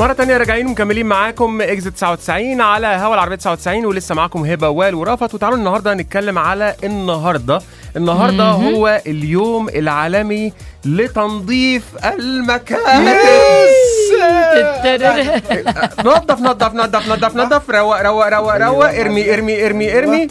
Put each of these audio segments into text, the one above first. مرة تانية راجعين ومكملين معاكم اكزت 99 على هوا العربية 99 ولسه معاكم هبة وال ورافت وتعالوا النهارده هنتكلم على النهارده النهارده هو اليوم العالمي لتنظيف المكاتب نظف نظف نظف نظف نظف روق روق روق روق ارمي ارمي ارمي أيوة. ارمي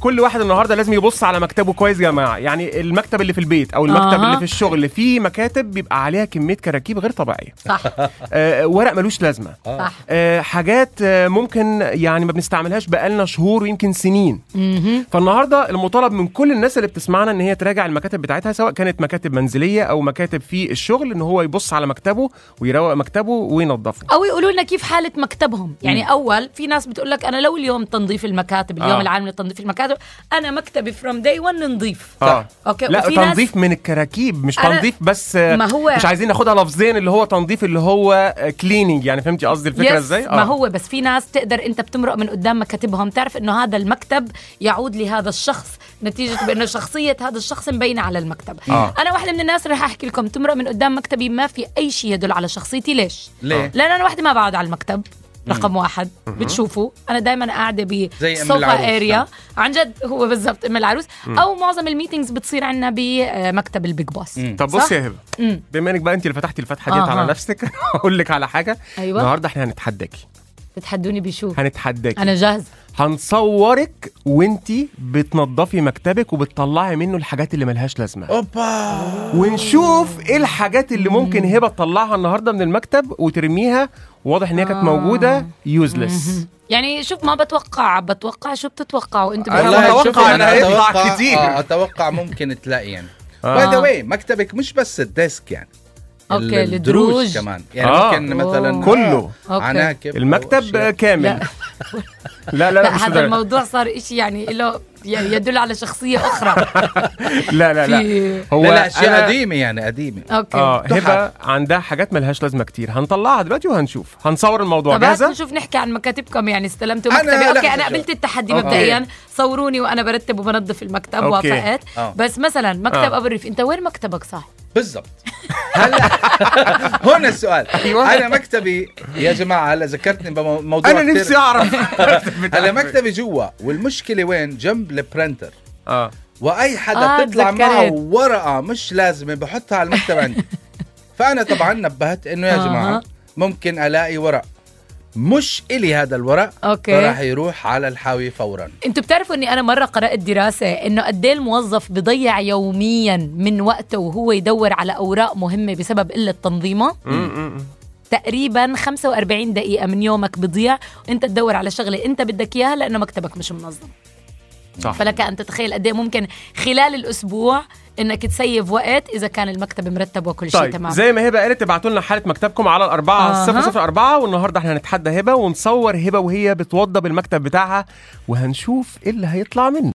كل واحد النهارده لازم يبص على مكتبه كويس يا جماعه يعني المكتب اللي في البيت او المكتب أها. اللي في الشغل في مكاتب بيبقى عليها كميه كراكيب غير طبيعيه صح أه. آه، ورق ملوش لازمه صح آه، حاجات آه، ممكن يعني ما بنستعملهاش بقالنا شهور ويمكن سنين مهم. فالنهارده المطالب من كل الناس اللي بتسمعنا ان هي تراجع المكاتب بتاعتها سواء كانت مكاتب منزليه او مكاتب في الشغل ان هو يبص على مكتبه ويروق مكتبه وينظفه او يقولوا لنا كيف حاله مكتبهم يعني مم. اول في ناس بتقول لك انا لو اليوم تنظيف المكاتب اليوم آه. العالمي لتنظيف المكاتب انا مكتبي فروم داي 1 نظيف اه اوكي لا وفي ناس- تنظيف من الكراكيب مش أنا- تنظيف بس آه، ما هو- مش عايزين ناخدها لفظين اللي هو تنظيف اللي هو كليننج يعني فهمتي قصدي آه. الفكره يس، ازاي ما هو بس في ناس تقدر انت بتمرق من قدام مكاتبهم تعرف انه هذا المكتب يعود لهذا الشخص نتيجة بأنه شخصية هذا الشخص مبينة على المكتب آه. أنا واحدة من الناس رح أحكي لكم تمرق من قدام مكتبي ما في أي شيء يدل على شخصيتي ليش؟ ليه؟ آه. لان انا واحده ما بقعد على المكتب رقم واحد بتشوفوا انا دايما قاعده زي أم بسوفا العروس، اريا نعم. عن جد هو بالضبط ام العروس او معظم الميتينجز بتصير عندنا بمكتب البيج بوس طب صح؟ بصي يا هبه مم. بما انك بقى انت اللي فتحتي الفتحه ديت أها. على نفسك اقول لك على حاجه أيوة. النهارده احنا هنتحداكي بتحدوني بشو هنتحداكي انا جاهزه هنصورك وانتي بتنظفي مكتبك وبتطلعي منه الحاجات اللي ملهاش لازمه اوبا ونشوف ايه الحاجات اللي ممكن هبه تطلعها النهارده من المكتب وترميها واضح ان هي آه. كانت موجوده يوزلس يعني شوف ما بتوقع بتوقع شو بتتوقعوا انتم أنا بتتوقعوا؟ أتوقع شوفي، إنه هيطلع كتير. آه اتوقع ممكن تلاقي يعني باي آه. ذا واي مكتبك مش بس الديسك يعني أوكي، ال- الدروج. كمان يعني آه. ممكن مثلا أوه. كله. آه، أوكي. عناكب أو المكتب أشياء. كامل لا. لا لا لا لا مش هذا لدرجة. الموضوع صار إشي يعني له يدل على شخصية أخرى لا لا لا في هو لا لا اشياء أنا- قديمه يعني قديمه أوكي اه تحف. هبه عندها حاجات ملهاش لازمه كتير هنطلعها دلوقتي وهنشوف هنصور الموضوع طب هات جاهزه نشوف نحكي عن مكاتبكم يعني استلمتوا أنا- مكتبي لا، اوكي لا، انا لا. قبلت التحدي أوكي. مبدئيا صوروني وانا برتب وبنظف المكتب أوكي. وافقت آه. بس مثلا مكتب آه. ابو الريف انت وين مكتبك صح؟ بالضبط هلا هون السؤال أيوة. انا مكتبي يا جماعه هلا ذكرتني بموضوع انا كتير- نفسي اعرف هلا مكتبي جوا والمشكله وين جنب البرنتر اه واي حدا آه، آه بتطلع تذكرت. معه ورقه مش لازمه بحطها على المكتب عندي فانا طبعا نبهت انه يا آه. جماعه ممكن الاقي ورق مش الي هذا الورق أوكي. فراح يروح على الحاوي فورا انتوا بتعرفوا اني انا مره قرات دراسه انه قد ايه الموظف بضيع يوميا من وقته وهو يدور على اوراق مهمه بسبب قله تنظيمه تقريبا 45 دقيقه من يومك بضيع وانت تدور على شغله انت بدك اياها لانه مكتبك مش منظم صح فلك ان تتخيل قد ايه ممكن خلال الاسبوع انك تسيف وقت اذا كان المكتب مرتب وكل شيء طيب تمام زي ما هبه قالت ابعتوا لنا حاله مكتبكم على الأربعة أها. صفر صفر أربعة والنهارده احنا هنتحدى هبه ونصور هبه وهي بتوضب المكتب بتاعها وهنشوف ايه اللي هيطلع منه